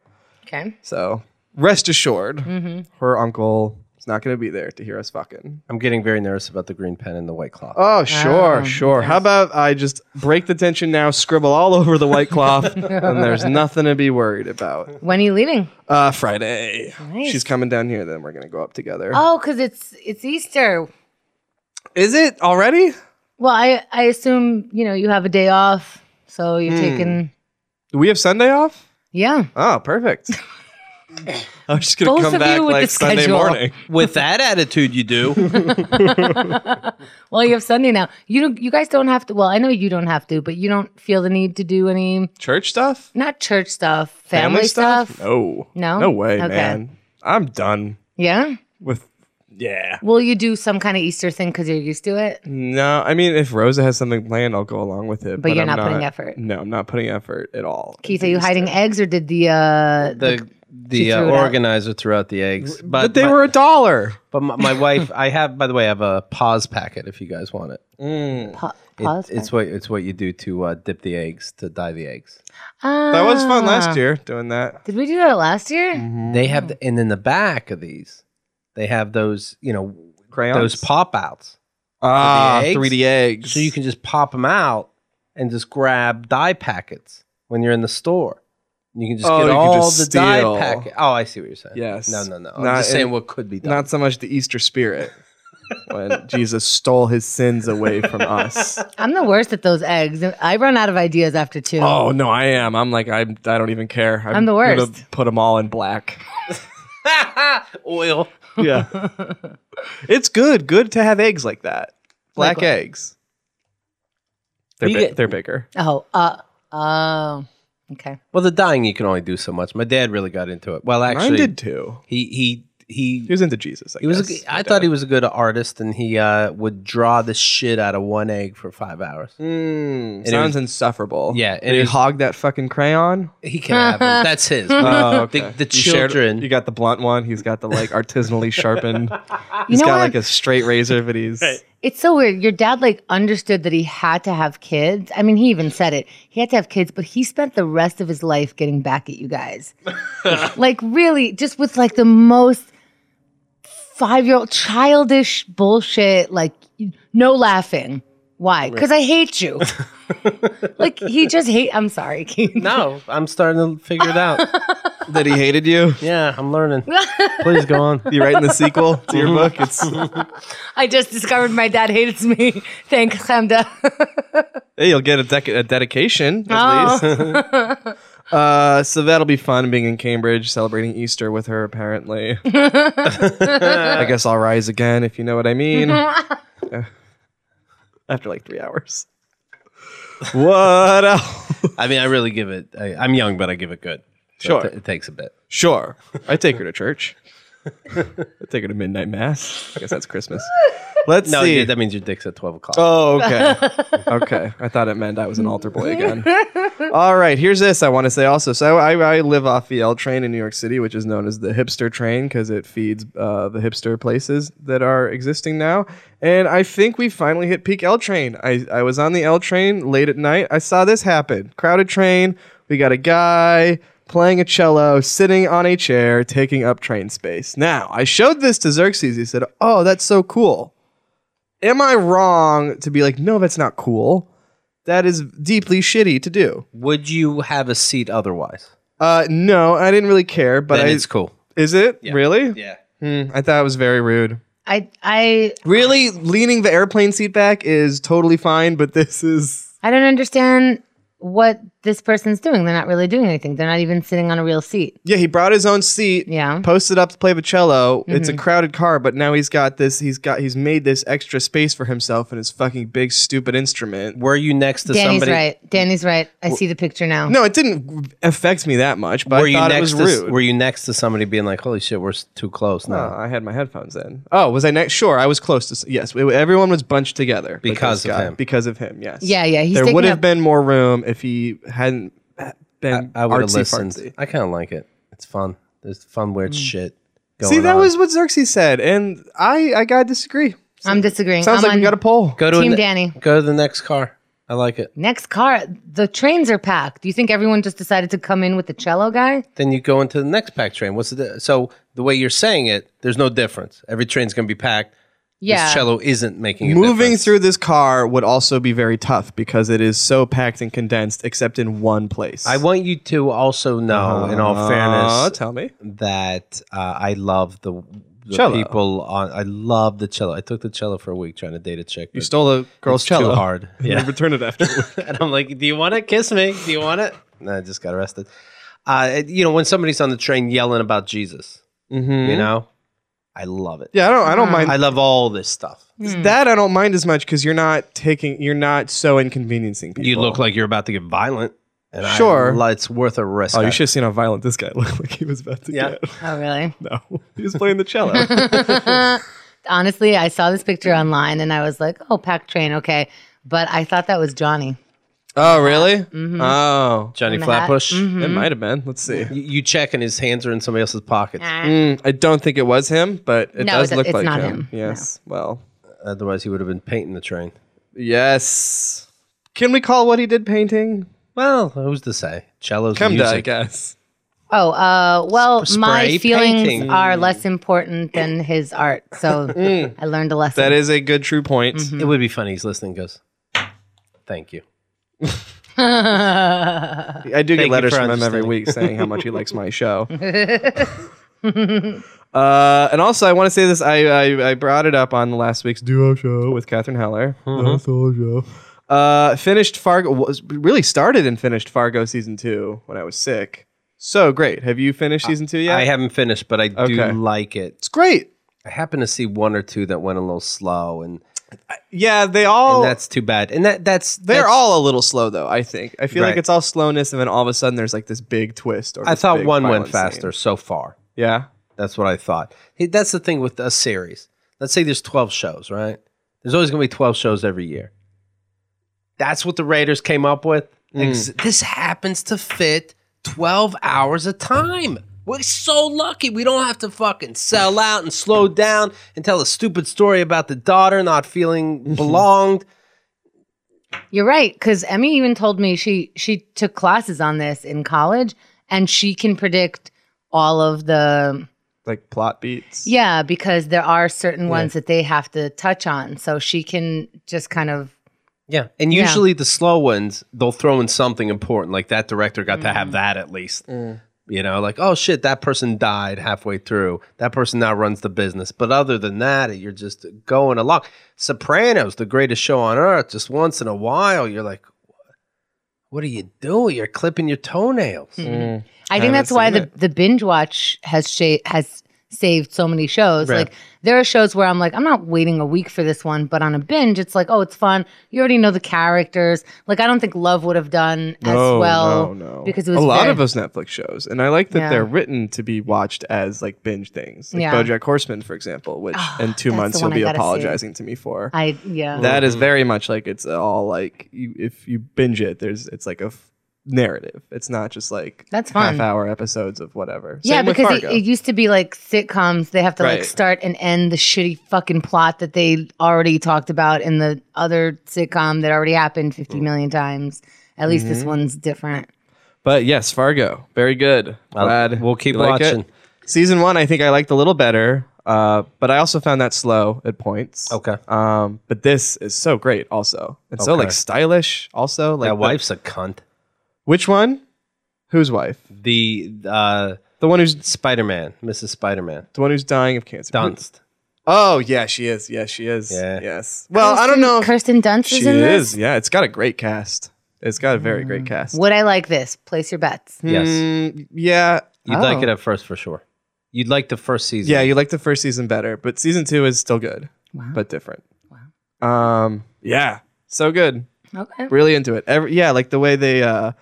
Okay.
So rest assured,
Mm-hmm.
her uncle is not going to be there to hear us fucking.
I'm getting very nervous about the green pen and the white cloth.
Oh, sure, sure. How about I just break the tension now, scribble all over the white cloth, and there's nothing to be worried about.
When are you leaving?
Uh, Friday.
Nice.
She's coming down here, then we're going to go up together.
Oh, because it's it's Easter.
Is it already?
Well, I I assume you know you have a day off, so you're taking
Do we have Sunday off?
Hmm. Yeah.
Oh, perfect. I'm just gonna
Both
come
of
back
you with
like
the
Sunday
schedule.
morning.
With that attitude, you do.
Well, you have Sunday now. You don't. You guys don't have to. Well, I know you don't have to, but you don't feel the need to do any
Church stuff?
not church stuff, family, stuff.
No.
No?
No way,
Okay.
man. I'm done
Yeah.
with yeah.
Will you do some kind of Easter thing because you're used to it?
No, I mean if Rosa has something planned, I'll go along with it.
But you're
I'm
not putting effort.
No, I'm not putting effort at all.
Keith, are you hiding eggs or did the uh
The
She
the
threw
uh,
it out.
organizer threw out the eggs, but,
But, they
my,
were a dollar.
But my, my wife, I have. By the way, I have a pause packet if you guys want it.
pa-
It-
pause?
it's what it's what you do to uh, dip the eggs to dye the eggs.
That was fun
Ah.
last year doing that.
Did we do that last year?
They have, the, and in the back of these, they have those you know
Crayons.
those pop outs,
ah,
eggs.
3D eggs.
so you can just pop them out and just grab dye packets when you're in the store. You can just
Oh,
get
you can
all
just
the dye
steal.
packet. Oh, I see what you're saying.
Yes.
No, no, no. I'm
Not
just saying
in-
what could be done.
not so much the Easter spirit when Jesus stole his sins away from us.
I'm the worst at those eggs. I run out of ideas after two.
Oh no, I am. I'm like I. I don't even care. I'm,
the
gonna
worst.
put them all in black.
Oil.
Yeah, it's good. Good to have eggs like that.
Like
Black
what?
eggs. They're,
You
bi-
get-
they're bigger.
Oh, uh, oh, okay.
Well, the dyeing you can only do so much. My dad really got into it. Well, actually,
Mine did too.
he he he
He was into Jesus. I
He was. a
guess.
g- I thought he was a good artist, and he uh, would draw the shit out of one egg for five hours.
Mm,
it was-
sounds insufferable.
Yeah,
Did
and it
he
was-
hog that fucking crayon.
He can have them. That's his.
Oh,
the, the
You shared-
children.
you got the blunt one. He's got the like artisanally sharpened.
You
He's
know
got
what?
like a straight razor, but he's
it's so weird. Your dad like understood that he had to have kids. I mean, he even said it. He had to have kids, but he spent the rest of his life getting back at you guys. like really, just with like the most five-year-old childish bullshit. Like no laughing. Why? Because I hate you. like he just hate. I'm sorry, Keith.
no, I'm starting to figure it out.
that he hated you.
yeah, I'm learning. Please go on. Mm-hmm.
You writing the sequel to your book? It's
I just discovered my dad hates me. Thank Hamda.
hey, you'll get a, dec- a dedication at
Oh.
least. uh, so that'll be fun being in Cambridge celebrating Easter with her. Apparently, I guess I'll rise again if you know what I mean. After like three hours. What else?
I mean, I really give it. I, I'm young, but I give it good. So
Sure.
it, it takes a bit.
Sure. I take her to church. I take her to midnight mass. I guess that's Christmas. Let's
No,
see.
yeah, that means your dick's at twelve o'clock.
Oh, okay. okay. I thought it meant I was an altar boy again. All right. Here's this I want to say also. So I, I live off the L train in New York City, which is known as the hipster train because it feeds uh, the hipster places that are existing now. And I think we finally hit peak L train. I, I was on the L train late at night. I saw this happen. Crowded train. We got a guy playing a cello, sitting on a chair, taking up train space. Now, I showed this to Xerxes. He said, Oh, that's so cool am I wrong to be like, no, that's not cool? That is deeply shitty to do.
Would you have a seat otherwise?
Uh, no, I didn't really care, but
Then
I,
it's cool.
is it really?
Yeah.
Hmm, I thought it was very rude.
I I
Really, leaning the airplane seat back is totally fine, but this is
I don't understand what this person's doing. They're not really doing anything. They're not even sitting on a real seat.
yeah. He brought his own seat.
Yeah.
posted up to play the cello. It's a crowded car, but now he's got this. He's got he's made this extra space for himself and his fucking big stupid instrument.
Were you next to
Danny's
somebody?
right. Danny's right. I see the picture now.
No, it didn't affect me that much, but
Were
I
you
thought
next?
it was
to,
rude.
s- were you next to somebody being like, "Holy shit, we're s- too close
No,
now"?
Uh, I had my headphones in. Oh, was I next? Sure, I was close to. s- Yes, we- everyone was bunched together
Because
this
of
guy-
him.
Because of him, yes.
Yeah, yeah, he's
there
taking
would have
up-
been more room if he hadn't been
I would have
artsy
listened.
fartsy.
I kind of like it. It's fun. There's fun weird shit. Going
See, that
on.
was what Xerxes said, and I I gotta disagree.
I'm disagreeing.
Sounds
I'm
like
on
we got a poll.
go to
Team
a ne-
Danny.
Go to the next car. I like it.
Next car, the trains are packed. Do you think everyone just decided to come in with the cello guy?
Then you go into the next pack train. What's the di- so the way you're saying it? There's no difference. Every train's gonna be packed.
Yeah.
This cello isn't making a
Moving
difference.
through this car would also be very tough because it is so packed and condensed, except in one place.
I want you to also know, in all fairness,
tell me.
that uh, I love the, the
Cello.
people on. I love the cello. I took the cello for a week trying to date a chick.
You
but
stole a girl's
it's
cello.
Too hard.
Yeah.
Yeah.
Return it after.
and I'm like, do you want it? Kiss me. Do you want it? and I just got arrested. Uh, it- you know, when somebody's on the train yelling about Jesus,
Mm-hmm.
you know, I love it.
Yeah, I don't. I don't mind
I love all this stuff.
Hmm.
that. I don't mind as much because you're not taking. You're not so inconveniencing people.
You look like you're about to get violent, and I
Sure.
li- it's worth a risk.
Oh,
I-
you should have seen how violent this guy looked like he was about to
Yeah.
get.
Oh, really?
No, he was playing the cello.
Honestly, I saw this picture online and I was like, oh, pack train, okay. But I thought that was Johnny.
oh, really?
Mm-hmm.
Oh,
Johnny
in the hat.
Flatbush.
it might have been. Let's see.
You, you check, and his hands are in somebody else's pockets.
Ah.
Mm, I don't think it was him, but it
No,
does
it-
look
it's
like
not
him.
him.
Yes. Well.
Otherwise, he would have been painting the train.
Yes. Can we call what he did painting?
Well, who's to say? Cello's
Come to, I
music.
guess.
Oh, uh, well,
Sp- spray
my feelings
painting.
are less important than his art. So I learned a lesson.
Mm. That is a good true point.
Mm-hmm.
It would be funny. He's listening. Goes, thank you.
I do
Thank
get
you
letters
for
from him every
understanding.
week saying how much he likes my show. uh, and also, I want to say this. I, I I brought it up on last week's duo show with Catherine Heller.
Mm-hmm.
The solo show. Uh, finished Fargo. Was, really started and finished Fargo season two when I was sick. So great. Have you finished season two yet?
I haven't finished, but I
Okay.
do like it.
It's great.
I happen to see one or two that went a little slow, and,
Yeah, they all.
and that's too bad. And that that's
Oh. they're
that's-
all a little slow though. I think. I feel like
Right.
it's all slowness, and then all of a sudden there's like this big twist. Or
I
this
thought
big
one went
violent scene.
faster so far.
Yeah.
That's what I thought. Hey, That's the thing with a series. Let's say there's 12 shows, right? There's always going to be 12 shows every year. That's what the Raiders came up with. Ex- This happens to fit 12 hours of time. We're so lucky we don't have to fucking sell out and slow down and tell a stupid story about the daughter not feeling belonged.
You're right, because Emmy even told me she she took classes on this in college, and she can predict all of the
Like plot beats.
yeah because there are certain ones that they have to touch on, so she can just kind of
Yeah. And
Yeah.
usually the slow ones, they'll throw in something important. Like that director got to have that at least. You know, like, oh shit, that person died halfway through. That person now runs the business. But other than that, you're just going along. Sopranos, the greatest show on earth, just once in a while, you're like, what are you doing? You're clipping your toenails.
Hmm.
I think that's
haven't
why
seen
the, the binge watch has sha- has saved so many shows.
Right.
Like there are shows where I'm like, I'm not waiting a week for this one, but on a binge, it's like, oh, it's fun. You already know the characters. Like I don't think Love would have done as
No,
well
no, no.
because it was
a lot
very-
of those Netflix shows, and I like that
Yeah.
they're written to be watched as like binge things, like
Yeah. Ah,
BoJack Horseman, for example, which in two
that's the
months you'll
one I
be
gotta see.
apologizing to me for.
I yeah.
That is very much like it's all like you, if you binge it, there's it's like a f- narrative. It's not just like
That's fun.
half hour episodes of whatever.
yeah,
Same with
because it,
Fargo.
it used to be like sitcoms, they have to
Right.
like start and end the shitty fucking plot that they already talked about in the other sitcom that already happened
Mm.
50 million times. At least
Mm-hmm.
this one's different.
But yes, Fargo, very good. Glad
we'll keep
you like it.
watching.
Season one, I think I liked a little better, uh, but I also found that slow at points.
Okay.
Um, but this is so great, also. It's so
Okay.
like stylish, also. Like
That
the-
wife's a cunt.
Which one? Whose wife?
The uh,
The one who's
Spider Man, Mrs. Spider Man,
the one who's dying of cancer.
Dunst.
Oh yeah, she is. Yes, she is.
Yeah.
Yes. Well, I don't
Kirsten-
know. if-
Kirsten Dunst is
She
in this.
is. Yeah, it's got a great cast. It's got a very great cast.
Would I like this? Place your bets.
Yes.
Mm, yeah.
You'd like
Oh.
it at first for sure. You'd like the first season.
Yeah, you like the first season better, but season two is still good, but different. Wow. Um. Yeah. So good.
Okay.
Really into it. Every yeah, like the way they uh,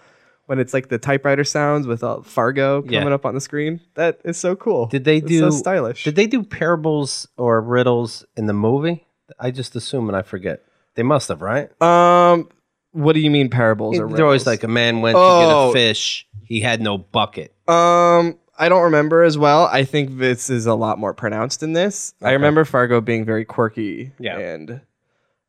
when it's like the typewriter sounds with uh, Fargo coming
Yeah.
up on the screen. That is so cool.
Did they
It's
do
so stylish?
Did they do parables or riddles in the movie? I just assume and I forget. They must have, right?
um. What do you mean parables? or
They're always
riddles?
like a man went
Oh.
to get a fish. He had no bucket.
Um, I don't remember as well. I think this is a lot more pronounced in this. I
Okay.
remember Fargo being very quirky.
Yeah.
And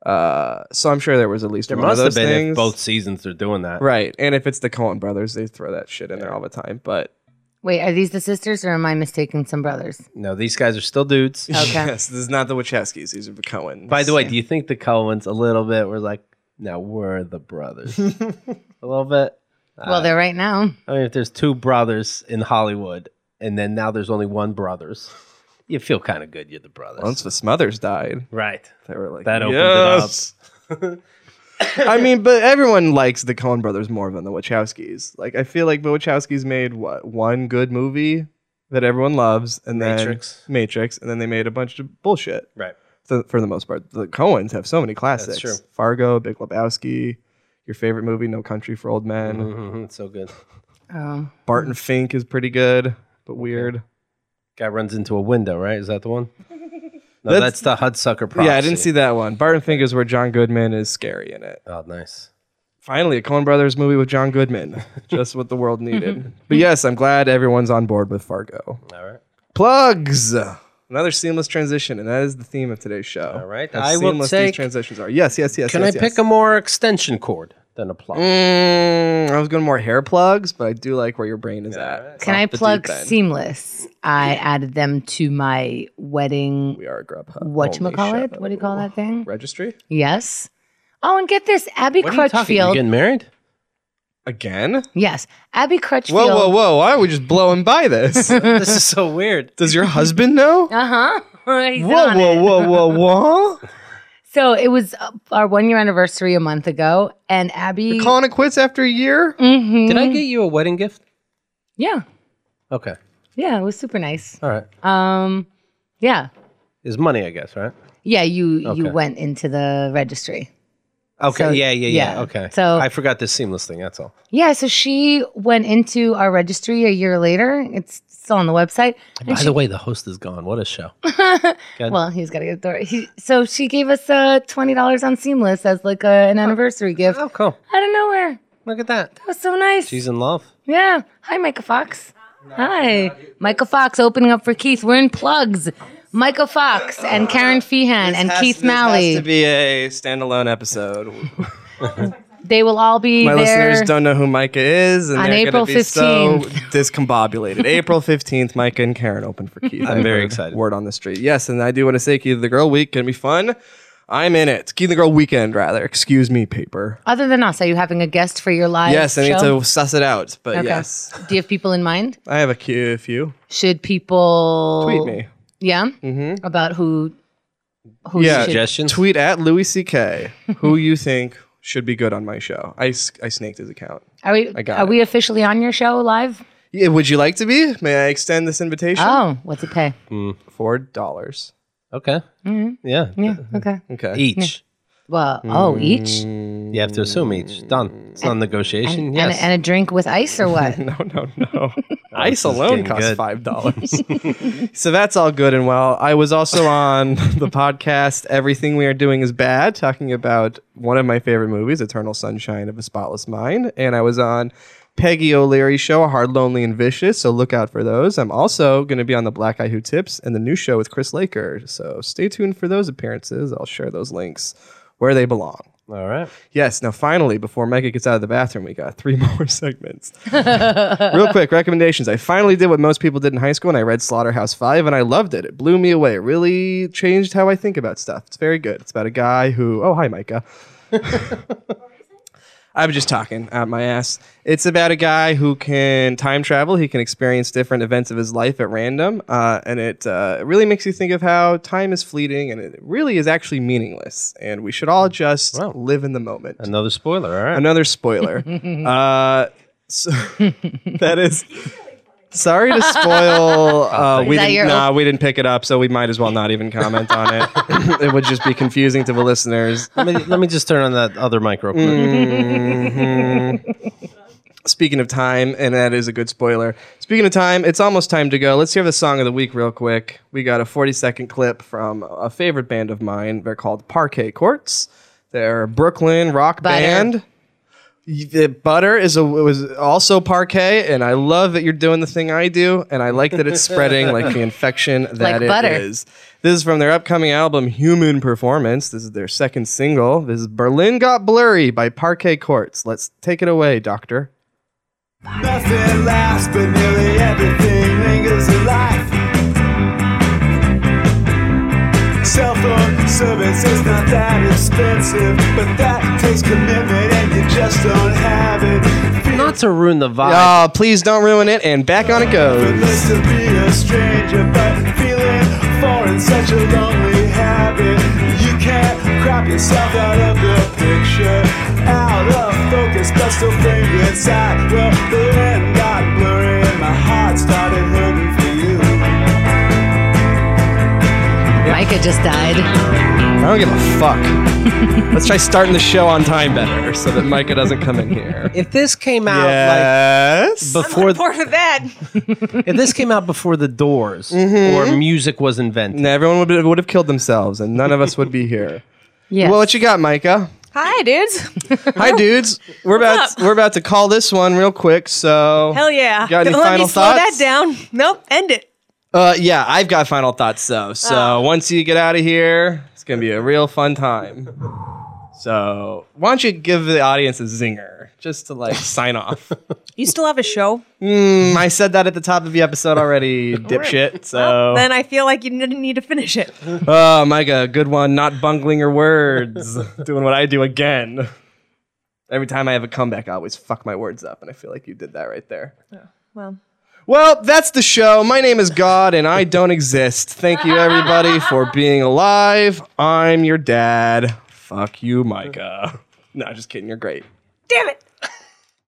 uh, so I'm sure there was at least
There
one
must
of
have
those
been
things.
if both seasons are doing that.
Right. And if it's the Coen brothers, they throw that shit in there all the time. But
Wait, are these the sisters or am I mistaking some brothers?
No, these guys are still dudes.
Okay.
yes, this is not the Wachowskis. These are the Coens.
By the way, do you think the Coens a little bit were like, now we're the brothers? a little bit.
Uh,
well, they're right now.
I mean, if there's two brothers in Hollywood and then now there's only one brothers, you feel kind of good you're the brothers.
once the Smothers died,
right.
they were like,
That opened it
yes. I mean, but everyone likes the Coen brothers more than the Wachowskis. Like, I feel like the Wachowskis made what one good movie that everyone loves, and then
Matrix.
Matrix, and then they made a bunch of bullshit.
Right.
For, for the most part, the Coens have so many classics:
true.
Fargo, Big Lebowski, your favorite movie, No Country for Old Men.
Mm-hmm, it's so good.
Oh.
Barton Fink is pretty good, but weird.
Guy runs into a window, right? Is that the one? No, that's,
That's-
the Hudsucker Proxy.
Yeah, I didn't see that one. Barton Fink is where John Goodman is scary in it.
Oh, nice.
Finally, a Coen Brothers movie with John Goodman, just what the
Mm-hmm.
world needed. but yes, I'm glad everyone's on board with Fargo.
All right.
Plugs. Another seamless transition, and that is the theme of today's show.
All right,
How
I will
seamless
take-
these transitions are. Yes, yes, yes.
Can
yes,
I pick
yes.
a more extension cord than a plug?
Mm, I was going more hair plugs, but I do like where your brain is at. It's
Can
off
I
the
plug
deep end.
Seamless? I added them to my wedding.
We are a Grubhub. only
Whatchamacallit?
show.
What do you call that thing?
Registry
Yes. Oh, and get this Abby
What are you talking? You
Crutchfield.
getting married?
again?
Yes. Abby Crutchfield.
Whoa, whoa, whoa! Why are we just blowing by this?
this is so weird.
Does your husband know?
Uh huh.
Whoa, whoa, whoa, whoa, whoa!
So it was uh, our one year anniversary a month ago, and Abby.
You're calling it quits after a year?
Mhm.
Did I get you a wedding gift?
Yeah.
Okay.
Yeah. It was super nice.
All right.
Um, yeah.
Is money, I guess, right?
Yeah. You
Okay.
you went into the registry.
Okay.
So-
yeah, yeah, yeah,
yeah.
Okay.
So-
I forgot this seamless thing. That's all.
Yeah. So she went into our registry a year later. It's still on the website.
By the way, the host is gone. What a show.
Well, he's got to get the door. He, so she gave us uh, twenty dollars on Seamless as like a, an anniversary gift
Oh, cool.
out of nowhere.
Look at that.
That was so nice.
She's in love.
Yeah. Hi, Micah Fox. Hi. Micah Fox opening up for Keith. We're in plugs. Micah Fox and Karen Feehan and Keith
to
Malley.
be a standalone episode.
They will all be
My
there.
listeners don't know who Micah is, and
On
they're
April
going to be so discombobulated. April fifteenth, Micah and Karen open for Keith.
I'm
I've
very
heard
excited.
Word on the street. Yes, and I do want to say Keith and the Girl Week can be fun. I'm in it. Keith and the Girl Weekend, rather. Excuse me, paper.
Other than us, are you having a guest for your live
yes, I need
show?
to suss it out, but
Okay.
yes,
Do you have people in mind?
I have a few. A few.
Should people
Tweet me.
Yeah,
Mm-hmm.
about who? Who
Yeah.
should-
Suggestions?
Tweet at Louis C.K. who you think should be good on my show. I, s- I snaked his account.
Are we?
I got
Are
it.
we officially on your show live?
Yeah, would you like to be? May I extend this invitation?
Ah.
Oh, what's it pay?
Four dollars.
Okay. Yeah.
Mm-hmm. Yeah.
Mm-hmm.
Okay.
Okay.
Each.
Well. Oh, each.
Mm,
You have to assume each. Done. It's not negotiation.
And, and,
yes.
a, and a drink with ice or what?
No, no, no. Ice
this is
alone
getting
costs
good.
five dollars. so that's all good and well. I was also on the podcast Everything We Are Doing Is Bad, talking about one of my favorite movies, Eternal Sunshine of a Spotless Mind. And I was on Peggy O'Leary's show, Hard, Lonely, and Vicious. So look out for those. I'm also going to be on the Black Eye Who Tips and the new show with Chris Laker. So stay tuned for those appearances. I'll share those links where they belong.
all right.
Yes. Now, finally, before Micah gets out of the bathroom, we got three more segments. Real quick, recommendations. I finally did what most people did in high school, and I read Slaughterhouse Five, and I loved it. It blew me away. It really changed how I think about stuff. It's very good. It's about a guy who. Oh, hi, Micah. I'm just talking out my ass. It's about a guy who can time travel. He can experience different events of his life at random, uh, and it uh, really makes you think of how time is fleeting, and it really is actually meaningless. And we should all just
Wow.
live in the moment.
Another spoiler. All right.
Another spoiler. uh, so that is. Sorry to spoil. Uh, we
Is that your
didn't, nah,
op-
we didn't pick it up, so we might as well not even comment on it. it would just be confusing to the listeners.
let, me, let me just turn on that other mic real quick.
Speaking of time, and that is a good spoiler. Speaking of time, it's almost time to go. Let's hear the song of the week real quick. We got a 40 second clip from a favorite band of mine. They're called Parquet Courts. They're a Brooklyn rock
Butter.
band. Y- The butter is a was also parquet, and I love that you're doing the thing I do, and I like that it's spreading like the infection that
Like
it
butter.
is. This is from their upcoming album, Human Performance. This is their second single. This is Berlin Got Blurry by Parquet Courts. Let's take it away, Doctor.
Nothing lasts, but nearly everything lingers alive. Cell phone service is not that expensive, but that takes commitment, and you just don't have it.
Not to ruin the vibe.
Oh, please don't ruin it. And back on it goes.
Fearless to be a stranger, but feeling foreign, such a lonely habit. You can't crop yourself out of the picture. picture out of focus, but still framed inside. Well, the end got blurry and my heart started hurting for you.
Micah just died.
I don't give a fuck. Let's try starting the show on time better so that Micah doesn't come in here.
If this came out
Yes.
like before,
Or for that.
if this came out before the Doors or music was invented,
And everyone would, would have killed themselves and none of us would be here.
Yeah.
Well, what you got, Micah?
Hi, dudes.
Hi, dudes. We're about
up?
we're about to call this one real quick. So
Hell yeah.
Got any
Don't let
final
me slow
thoughts?
that down. Nope. End it.
Uh, yeah, I've got final thoughts
Ah.
though. So once you get out of here, it's gonna be a real fun time. So why don't you give the audience a zinger just to like sign off?
You still have a show?
Mm, I said that at the top of the episode already, dipshit. So
Then I feel like you didn't need to finish it.
oh, Micah, good one, not bungling your words, doing what I do again. Every time I have a comeback, I always fuck my words up, and I feel like you did that right there.
Well,
Well, that's the show. My name is God and I don't exist. Thank you, everybody, for being alive. I'm your dad. Fuck you, Micah. No, just kidding. You're great.
damn it.